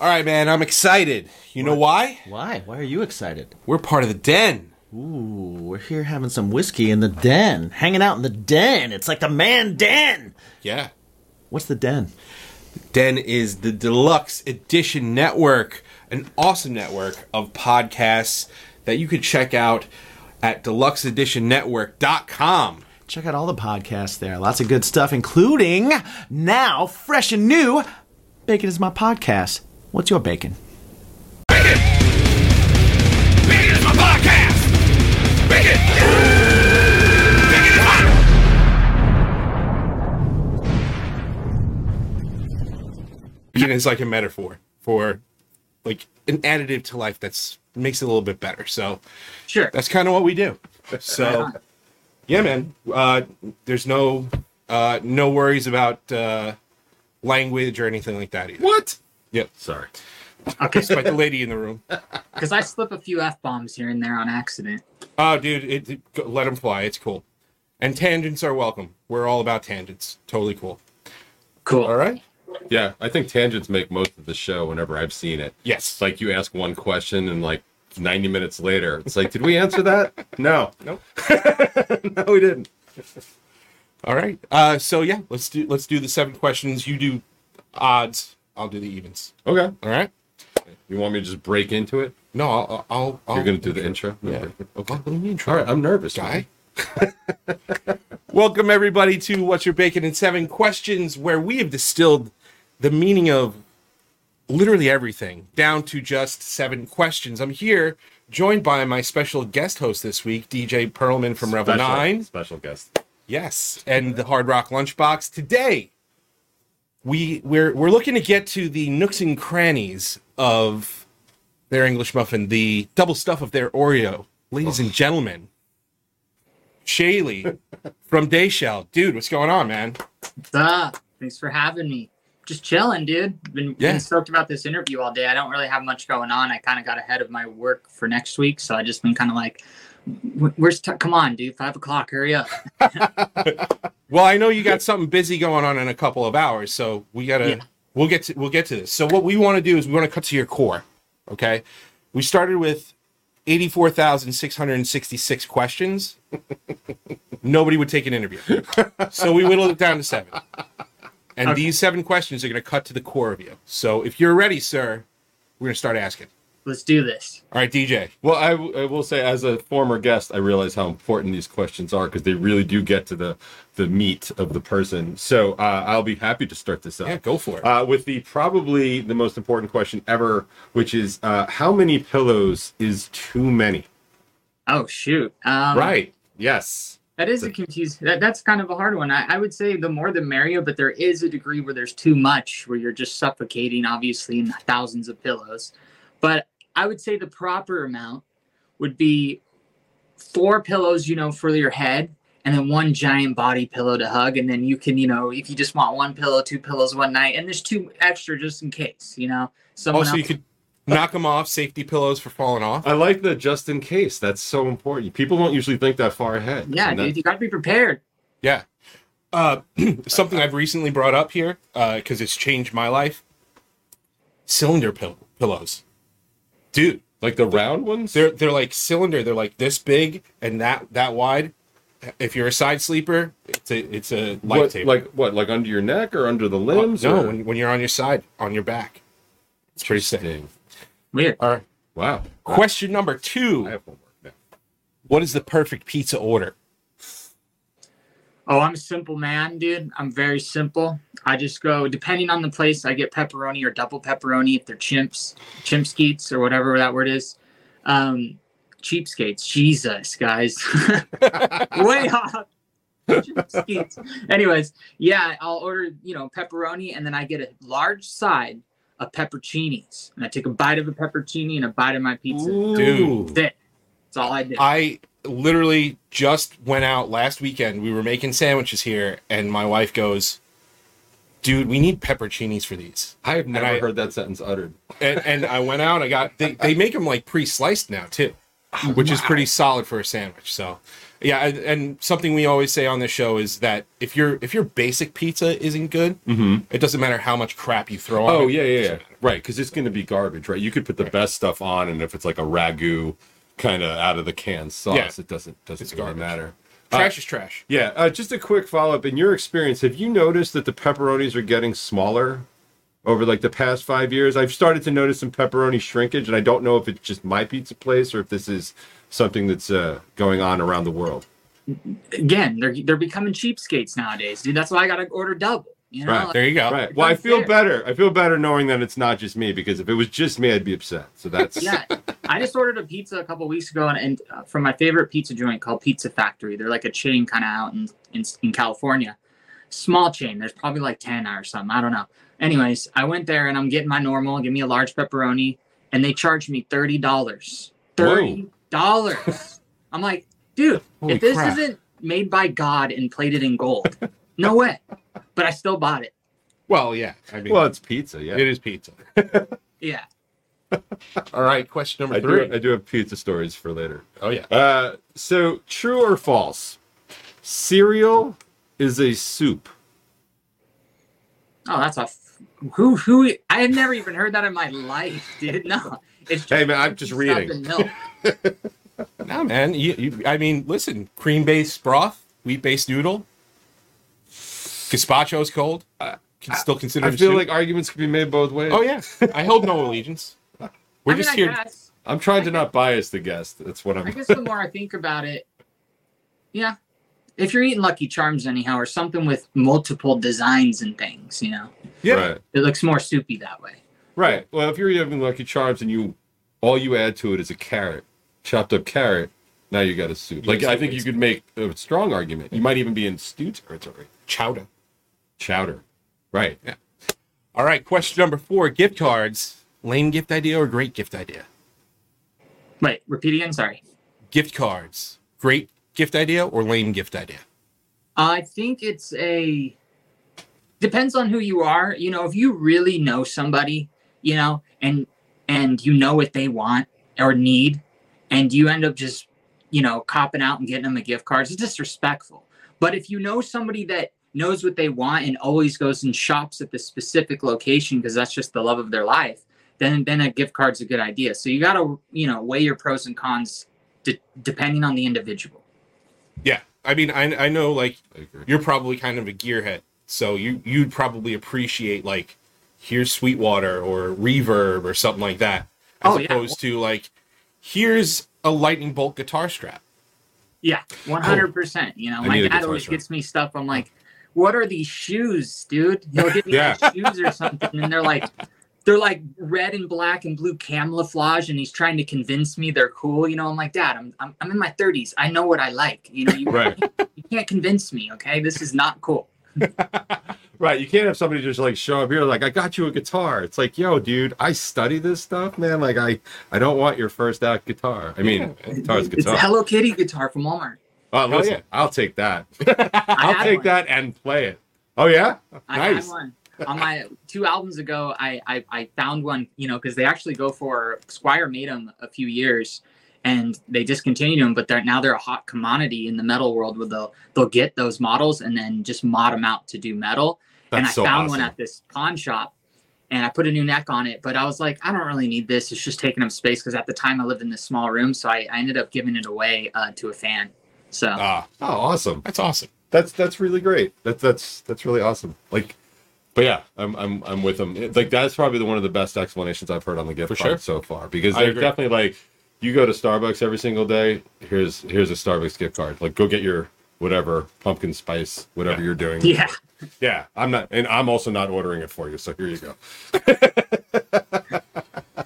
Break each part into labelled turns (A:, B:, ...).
A: All right, man, I'm excited. You know why?
B: Why? Why are you excited?
A: We're part of the den.
B: Ooh, we're here having some whiskey in the den, hanging out in the den. It's like the man den.
A: Yeah.
B: What's the den?
A: Den is the deluxe edition network, an awesome network of podcasts that you could check out at deluxeeditionnetwork.com.
B: Check out all the podcasts there. Lots of good stuff, including now fresh and new. Bacon is my podcast. What's your bacon?
C: Bigot! Bigot is my podcast! Bigot! Bigot is my...
A: It is like a metaphor for like an additive to life that's makes it a little bit better. So
D: Sure.
A: that's kind of what we do. So yeah, man. Uh, there's no uh, no worries about uh, language or anything like that either.
D: What?
A: Yep.
E: Sorry.
D: Okay.
A: Despite the lady in the room.
D: Because I slip a few f bombs here and there on accident.
A: Oh, dude, it, it, go- let them fly. It's cool. And tangents are welcome. We're all about tangents. Totally cool.
D: Cool.
A: All right.
E: Yeah, I think tangents make most of the show whenever I've seen it.
A: Yes.
E: It's like you ask one question and like 90 minutes later, it's like, did we answer that? No.
A: Nope.
E: no, we didn't.
A: All right. Uh, so yeah, let's do let's do the seven questions. You do odds. I'll do the evens.
E: Okay.
A: All right.
E: You want me to just break into it?
A: No, I'll I'll. I'll
E: You're going to do the intro?
A: Oh, Yeah.
E: Okay. Oh,
A: What do you mean, try
E: All right. I'm nervous.
A: guy?
E: man.
A: Welcome everybody to What's Your Bacon in Seven Questions, where we have distilled the meaning of literally everything down to just seven questions. I'm here joined by my special guest host this week, DJ Perlman from Rebel
E: Special-
A: Nine.
E: Special guest.
A: Yes, and the Hard Rock Lunchbox today. We we're we're looking to get to the nooks and crannies of their English muffin, the double stuff of their Oreo, ladies and gentlemen. Shaylee from Dayshell, dude, what's going on, man?
D: What's up? Thanks for having me. Just chilling, dude. Been,
A: Yeah.
D: been stoked about this interview all day. I don't really have much going on. I kind of got ahead of my work for next week, so I just been kind of like, "Wh- "Where's t- come on, dude? Five o'clock, hurry up."
A: Well, I know you got something busy going on in a couple of hours, so we gotta
D: Yeah.
A: we'll get to we'll get to this. So what we want to do is we want to cut to your core. Okay. We started with eighty four thousand six hundred and sixty six questions. Nobody would take an interview. So we whittled it down to seven. And these seven questions are gonna cut to the core of you. So if you're ready, sir, we're gonna start asking.
D: Let's do this.
A: All right, DJ.
E: Well, I, w- I will say, as a former guest, I realize how important these questions are because they really do get to the the meat of the person. So uh, I'll be happy to start this up.
A: Yeah, go for it.
E: Uh, with the probably the most important question ever, which is uh, how many pillows is too many?
D: Oh shoot. Um,
E: right. Yes.
D: That is a confused. That, that's kind of a hard one. I, I would say the more the merrier, but there is a degree where there's too much, where you're just suffocating, obviously, in thousands of pillows. But I would say the proper amount would be four pillows, you know, for your head, and then one giant body pillow to hug, and then you can, you know, if you just want one pillow, two pillows one night, and there's two extra just in case, you know. Someone
A: Also,
D: else.
A: you could knock them off, safety pillows for falling off.
E: I like the just in case. That's so important. People don't usually think that far ahead.
D: yeah,
E: And that-
D: dude, you got to be prepared.
A: Yeah. Uh, something I've recently brought up here because it's changed my life. Cylinder pill- pillows, dude.
E: like the round ones.
A: They're they're like cylinder. They're like this big and that that wide. If you're a side sleeper, it's a it's a life
E: what,
A: tape.
E: like what? Like under your neck or under the
A: Uh,
E: limbs?
A: no,
E: or-
A: when, when you're on your side, on your back. It's pretty sick.
E: Dang.
D: Weird.
A: All right.
E: Wow.
A: Question number
E: I
A: two:
E: have homework now.
A: What is the perfect pizza order?
D: Oh, I'm a simple man, dude. I'm very simple. I just go depending on the place. I get pepperoni or double pepperoni if they're chimps, chimpskeets or whatever that word is. Um, cheapskates, Jesus, guys, way off. Cheapskates. Anyways, yeah, I'll order you know pepperoni and then I get a large side of pepperoncinis and I take a bite of a pepperoncini and a bite of my pizza.
A: Dude.
D: That's it. That's all I do.
A: I literally just went out last weekend. We were making sandwiches here, and my wife goes, "Dude, we need pepperoncinis for these."
E: I have never
A: I-
E: heard that sentence uttered.
A: And, and I went out. I got they, they make them like pre-sliced now too.
E: Oh,
A: which is pretty solid for a sandwich. So, yeah, and, and something we always say on this show is that if your if your basic pizza isn't good, it doesn't matter how much crap you throw on.
E: Mm-hmm. Oh
A: it.
E: yeah, yeah, yeah. Right, because it's going to be garbage, right? You could put the best stuff on, and if it's like a ragu, kind of out of the can sauce,
A: Yeah.
E: it doesn't doesn't
A: It's
E: really
A: garbage.
E: matter.
A: trash is trash.
E: Yeah, uh, just a quick follow up. In your experience, have you noticed that the pepperonis are getting smaller over like the past five years? I've started to notice some pepperoni shrinkage, and I don't know if it's just my pizza place or if this is something that's uh, going on around the world.
D: Again, they're they're becoming cheapskates nowadays, dude. That's why I gotta order double. You know,
E: Right,
D: Like,
A: Uh, There you go.
E: Right. Well, I
D: That's
E: feel
D: fair.
E: better. I feel better knowing that it's not just me because if it was just me, I'd be upset. So that's
D: yeah, I just ordered a pizza a couple weeks ago, and, and uh, from my favorite pizza joint called Pizza Factory. They're like a chain kind of out in, in in California, small chain. There's probably like ten or something. I don't know. Anyways, I went there and I'm getting my normal. Give me a large pepperoni, and they charged me thirty dollars. Thirty dollars. I'm like, dude,
A: Holy
D: if this
A: crap.
D: isn't made by God and plated in gold, no way. But I still bought it.
A: Well, yeah. I mean,
E: well, it's pizza. Yeah,
A: it is pizza.
D: Yeah.
A: All right, question number
E: I
A: three.
E: do. I do have pizza stories for later.
A: oh yeah.
E: Uh, so true or false? Cereal is a soup.
D: Oh, that's a f- who who I had never even heard that in my life, dude. No, it's just
E: Hey, man, I'm just
D: stuff
E: reading.
D: and milk.
A: No, man. You, you, I mean, listen, cream based broth, wheat based noodle, gazpacho's cold. uh, Can still consider.
E: I
A: it a
E: feel
A: soup.
E: like arguments could be made both ways.
A: Oh yeah. I hold no allegiance. We're
D: I mean,
A: just
D: I
A: here.
D: Guess,
E: I'm trying to not bias the guest. That's what
D: I
E: I'm.
D: guess the more I think about it, yeah. If you're eating Lucky Charms anyhow, or something with multiple designs and things, you know,
A: Yeah.
E: Right.
D: it looks more soupy that way.
E: Right. Well, if you're having Lucky Charms and you, all you add to it is a carrot, chopped up carrot. Now you got a soup. Like
A: Yes,
E: I think you
A: it's-
E: could make a strong argument. You might even be in stew territory.
A: Chowder.
E: Chowder. Right.
A: All right, question number four: gift cards. Lame gift idea or great gift idea?
D: Wait, repeat again. Sorry.
A: Gift cards. Great gift idea or lame gift idea?
D: I think it's a depends on who you are. You know, if you really know somebody, you know, and and you know what they want or need, and you end up just, you know, copping out and getting them a gift card, it's disrespectful. But if you know somebody that knows what they want and always goes and shops at the specific location because that's just the love of their life, then then a gift card's a good idea. So you got to, you know, weigh your pros and cons de- depending on the individual.
A: Yeah, I mean, I I know like
E: I agree.
A: you're probably kind of a gearhead, so you you'd probably appreciate like here's Sweetwater or Reverb or something like that, as
D: Oh, yeah.
A: opposed to like here's a lightning bolt guitar strap.
D: Yeah, one hundred percent. You know,
E: Oh. I
D: my
E: need a
D: dad
E: guitar
D: always
E: strap.
D: gets me stuff. I'm like, "What are these shoes, dude?" He'll give me like, shoes or something, and they're like, they're like red and black and blue camouflage, and he's trying to convince me they're cool. You know, I'm like, Dad, I'm I'm, I'm in my thirties. I know what I like. You know, you,
E: Right.
D: you can't convince me. Okay, this is not cool.
E: Right, you can't have somebody just like show up here like I got you a guitar. It's like, yo, dude, I study this stuff, man. Like I, I don't want your first act guitar. I mean, guitar's
D: It's
E: guitar.
D: a Hello Kitty guitar from Walmart.
E: oh, listen,
A: yeah.
E: I'll take that.
D: I
E: I'll
D: had
E: take
D: one.
E: that and play it. Oh yeah,
D: I had
E: nice.
D: one. On my two albums ago, I I, I found one, you know, because they actually go for Squire made them a few years, and they discontinued them, but they're now they're a hot commodity in the metal world. Where they'll they'll get those models and then just mod them out to do metal. and I
E: That's so
D: found
E: awesome.
D: one at this pawn shop, and I put a new neck on it. But I was like, I don't really need this. It's just taking up space because at the time I lived in this small room, so I, I ended up giving it away uh, to a fan. So
A: Ah,
E: Oh, awesome.
A: that's awesome.
E: That's that's really great. That's that's that's really awesome. Like, but yeah, I'm I'm I'm with them. It- like that's probably the, one of the best explanations I've heard on the gift
A: For
E: card
A: sure.
E: so far because
A: I
E: they're
A: agree.
E: definitely like, you go to Starbucks every single day. Here's here's a Starbucks gift card. Like, go get your whatever pumpkin spice, whatever you're doing.
D: yeah,
E: Yeah, I'm not, and I'm also not ordering it for you. So here you go.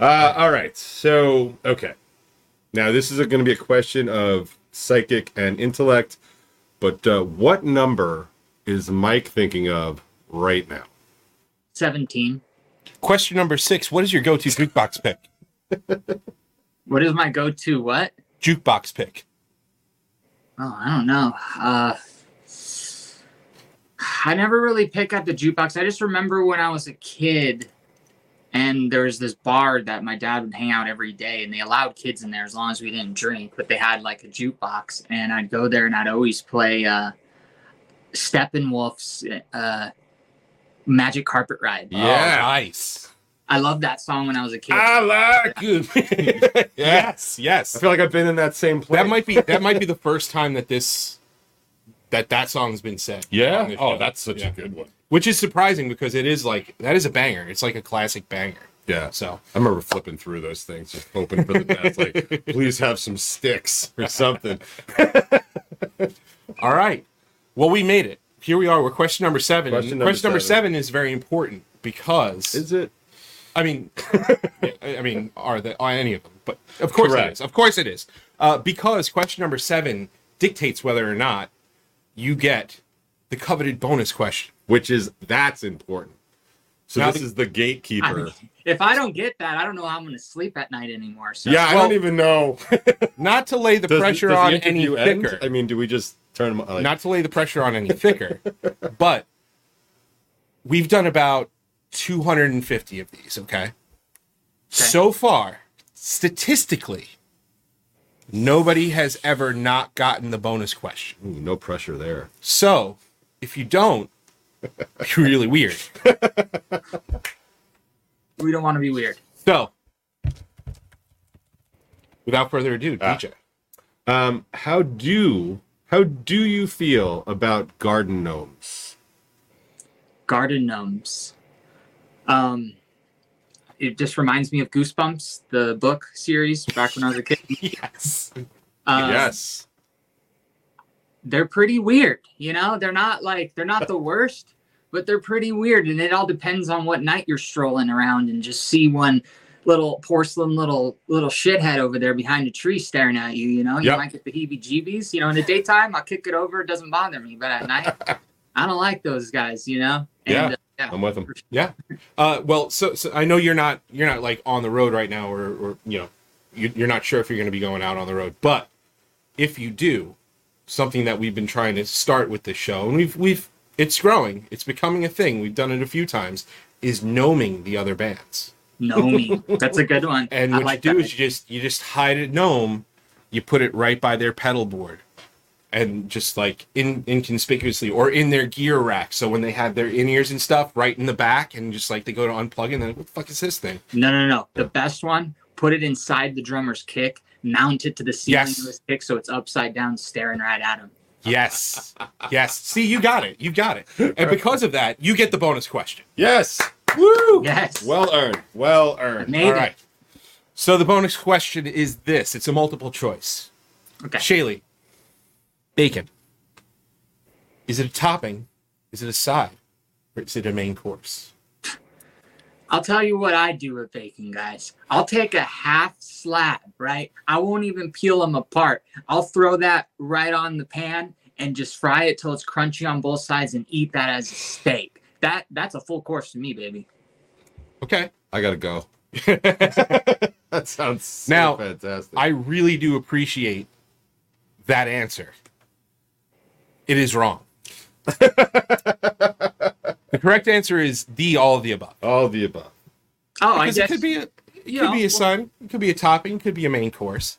E: uh, all right. So okay. Now this is going to be a question of psychic and intellect, but uh, what number is Mike thinking of right now?
D: seventeen.
A: Question number six: What is your go-to jukebox pick?
D: What is my go-to? What?
A: Jukebox pick.
D: Oh, I don't know. Uh, I never really pick up the jukebox. I just remember when I was a kid, And there was this bar that my dad would hang out every day, and they allowed kids in there as long as we didn't drink. But they had like a jukebox, and I'd go there and I'd always play uh, Steppenwolf's uh, "Magic Carpet Ride."
A: Oh,
E: Yeah. Ah.
A: nice.
D: I loved that song when I was a kid.
E: like you.
A: Yes, yes.
E: I feel like I've been in that same place.
A: That might be that might be the first time that this that that song has been said. on
F: Yeah.
A: this
F: Oh,
A: show.
F: that's such
A: Yeah.
F: a good one.
A: Which is surprising because it is like that is a banger. It's like a classic banger.
F: Yeah.
A: So
F: I remember flipping through those things, just hoping for the best. Like, please have some sticks or something.
A: all right. Well, we made it. Here we are. We're question number seven.
E: Question
A: Question,
E: number
A: number
E: seven.
A: seven is very important because
E: Is it?
A: I mean, I mean, are the are any of them? But of course it
F: Correct.
A: is. Of course it is. Uh, because question number seven dictates whether or not you get the coveted bonus question.
F: Which is that's important. So
A: Now
F: this
A: the-
F: is the gatekeeper.
D: I- if I don't get that, I don't know how I'm going to sleep at night anymore. So
F: yeah, I
A: Well,
F: don't even know.
A: Not to lay the
F: Does-
A: pressure
F: does the
A: on any
F: interview end?
A: thicker.
F: I mean, do we just turn them like,
A: not to lay the pressure on any thicker, but we've done about 250 of these, okay? So far, statistically, nobody has ever not gotten the bonus question.
F: ooh, no pressure there?
A: So if you don't, you're really weird.
D: we don't want to be weird.
A: So without further ado, DJ.
F: Um,
E: How do how do you feel about garden gnomes?
D: Garden gnomes. Um, it just reminds me of Goosebumps, the book series back when I was a kid.
A: Yes.
D: Um,
F: yes.
D: they're pretty weird. You know, they're not like they're not the worst, but they're pretty weird, and it all depends on what night you're strolling around and just see one little porcelain little little shithead over there behind a tree staring at you. You know, you
F: Yep.
D: might get the heebie-jeebies. You know, in the daytime I'll kick it over; it doesn't bother me, but at night I don't like those guys. You know,
F: Yeah.
D: uh, yeah.
F: I'm with him.
A: Yeah. Uh, well, so, so I know you're not you're not like on the road right now, or, or you know, you, you're not sure if you're going to be going out on the road. But if you do, something that we've been trying to start with this show, and we've we've it's growing, it's becoming a thing. We've done it a few times. Is gnoming the other bands,
D: No me. That's a good one.
A: and
D: I
A: what
D: like
A: you do
D: that.
A: is you just you just hide a gnome, you put it right by their pedal board, and just like in inconspicuously or in their gear rack. So when they have their in ears and stuff, right in the back, and just like they go to unplug, and then what the fuck is this thing?
D: No, no, no. The best one, put it inside the drummer's kick, mount it to the ceiling
A: Yes.
D: of his kick so it's upside down, staring right at him.
A: Yes, yes. See, you got it, you got it, and because of that, you get the bonus question.
F: Yes.
A: Woo!
D: Yes.
F: Well earned. Well earned.
D: Made
A: All
D: it.
A: right. So the bonus question is this: it's a multiple choice.
D: Okay.
A: Shaylee, bacon. Is it a topping? Is it a side? Or is it a main course?
D: I'll tell you what I do with bacon, guys. I'll take a half slab, right? I won't even peel them apart. I'll throw that right on the pan and just fry it till it's crunchy on both sides and eat that as a steak. That that's a full course to me, baby.
A: Okay.
F: I gotta go. that sounds so
A: Now,
F: fantastic.
A: I really do appreciate that answer. It is wrong. the correct answer is D, all of the above.
F: All of the above.
D: Oh, I
A: Because it
D: guess.
A: could be a, it
D: you
A: could
D: know,
A: be a side, it could be a topping, it could be a main course.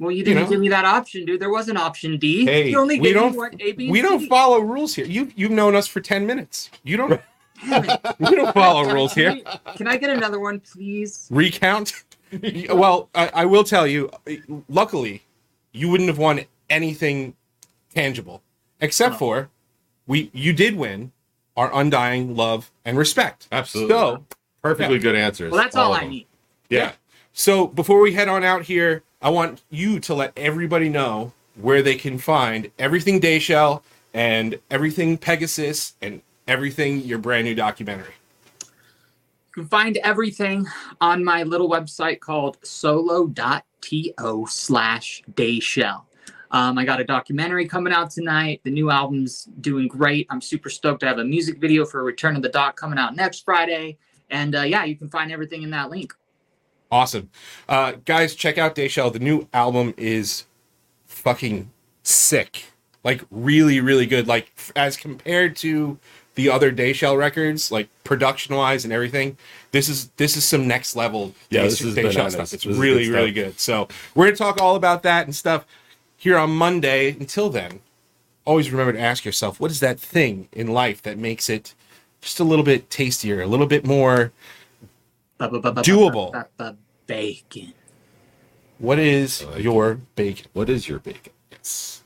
D: well, you didn't
A: know.
D: give me that option, dude. There was an option D.
A: Hey,
D: you only
A: we
D: gave
A: don't-
D: me one A, B,
A: We
D: and
A: don't
D: C.
A: follow rules here. You you've known us for ten minutes. You don't we don't follow rules here.
D: Can I- Can I get another one, please?
A: recount. well, I, I will tell you. Luckily, you wouldn't have won anything tangible, except for we. You did win our undying love and respect.
F: Absolutely.
A: So,
F: Perfectly good answers.
D: Well, that's all
F: of
D: I
F: them.
D: need.
F: Yeah.
A: so before we head on out here, I want you to let everybody know where they can find everything Dayshell and everything Pegasus and everything your brand new documentary.
D: You can find everything on my little website called solo.to slash dayshell. Um, I got a documentary coming out tonight. The new album's doing great. I'm super stoked. I have a music video for Return of the Doc coming out next Friday. And uh, yeah, you can find everything in that link.
A: Awesome. Uh, guys, check out Dayshell. The new album is fucking sick. Like, really, really good. Like, f- as compared to the other Dayshell records, like production wise and everything. This is this is some next level
F: Yeah,
A: Day-
F: this is
A: Dayshell
F: bananas.
A: stuff. It's
F: This is
A: really
F: good
A: really
F: stuff.
A: good. So we're gonna talk all about that and stuff here on Monday. Until then, always remember to ask yourself what is that thing in life that makes it just a little bit tastier, a little bit more Doable.
D: Bacon.
A: What is your bacon?
E: What is your bacon?
F: Yes.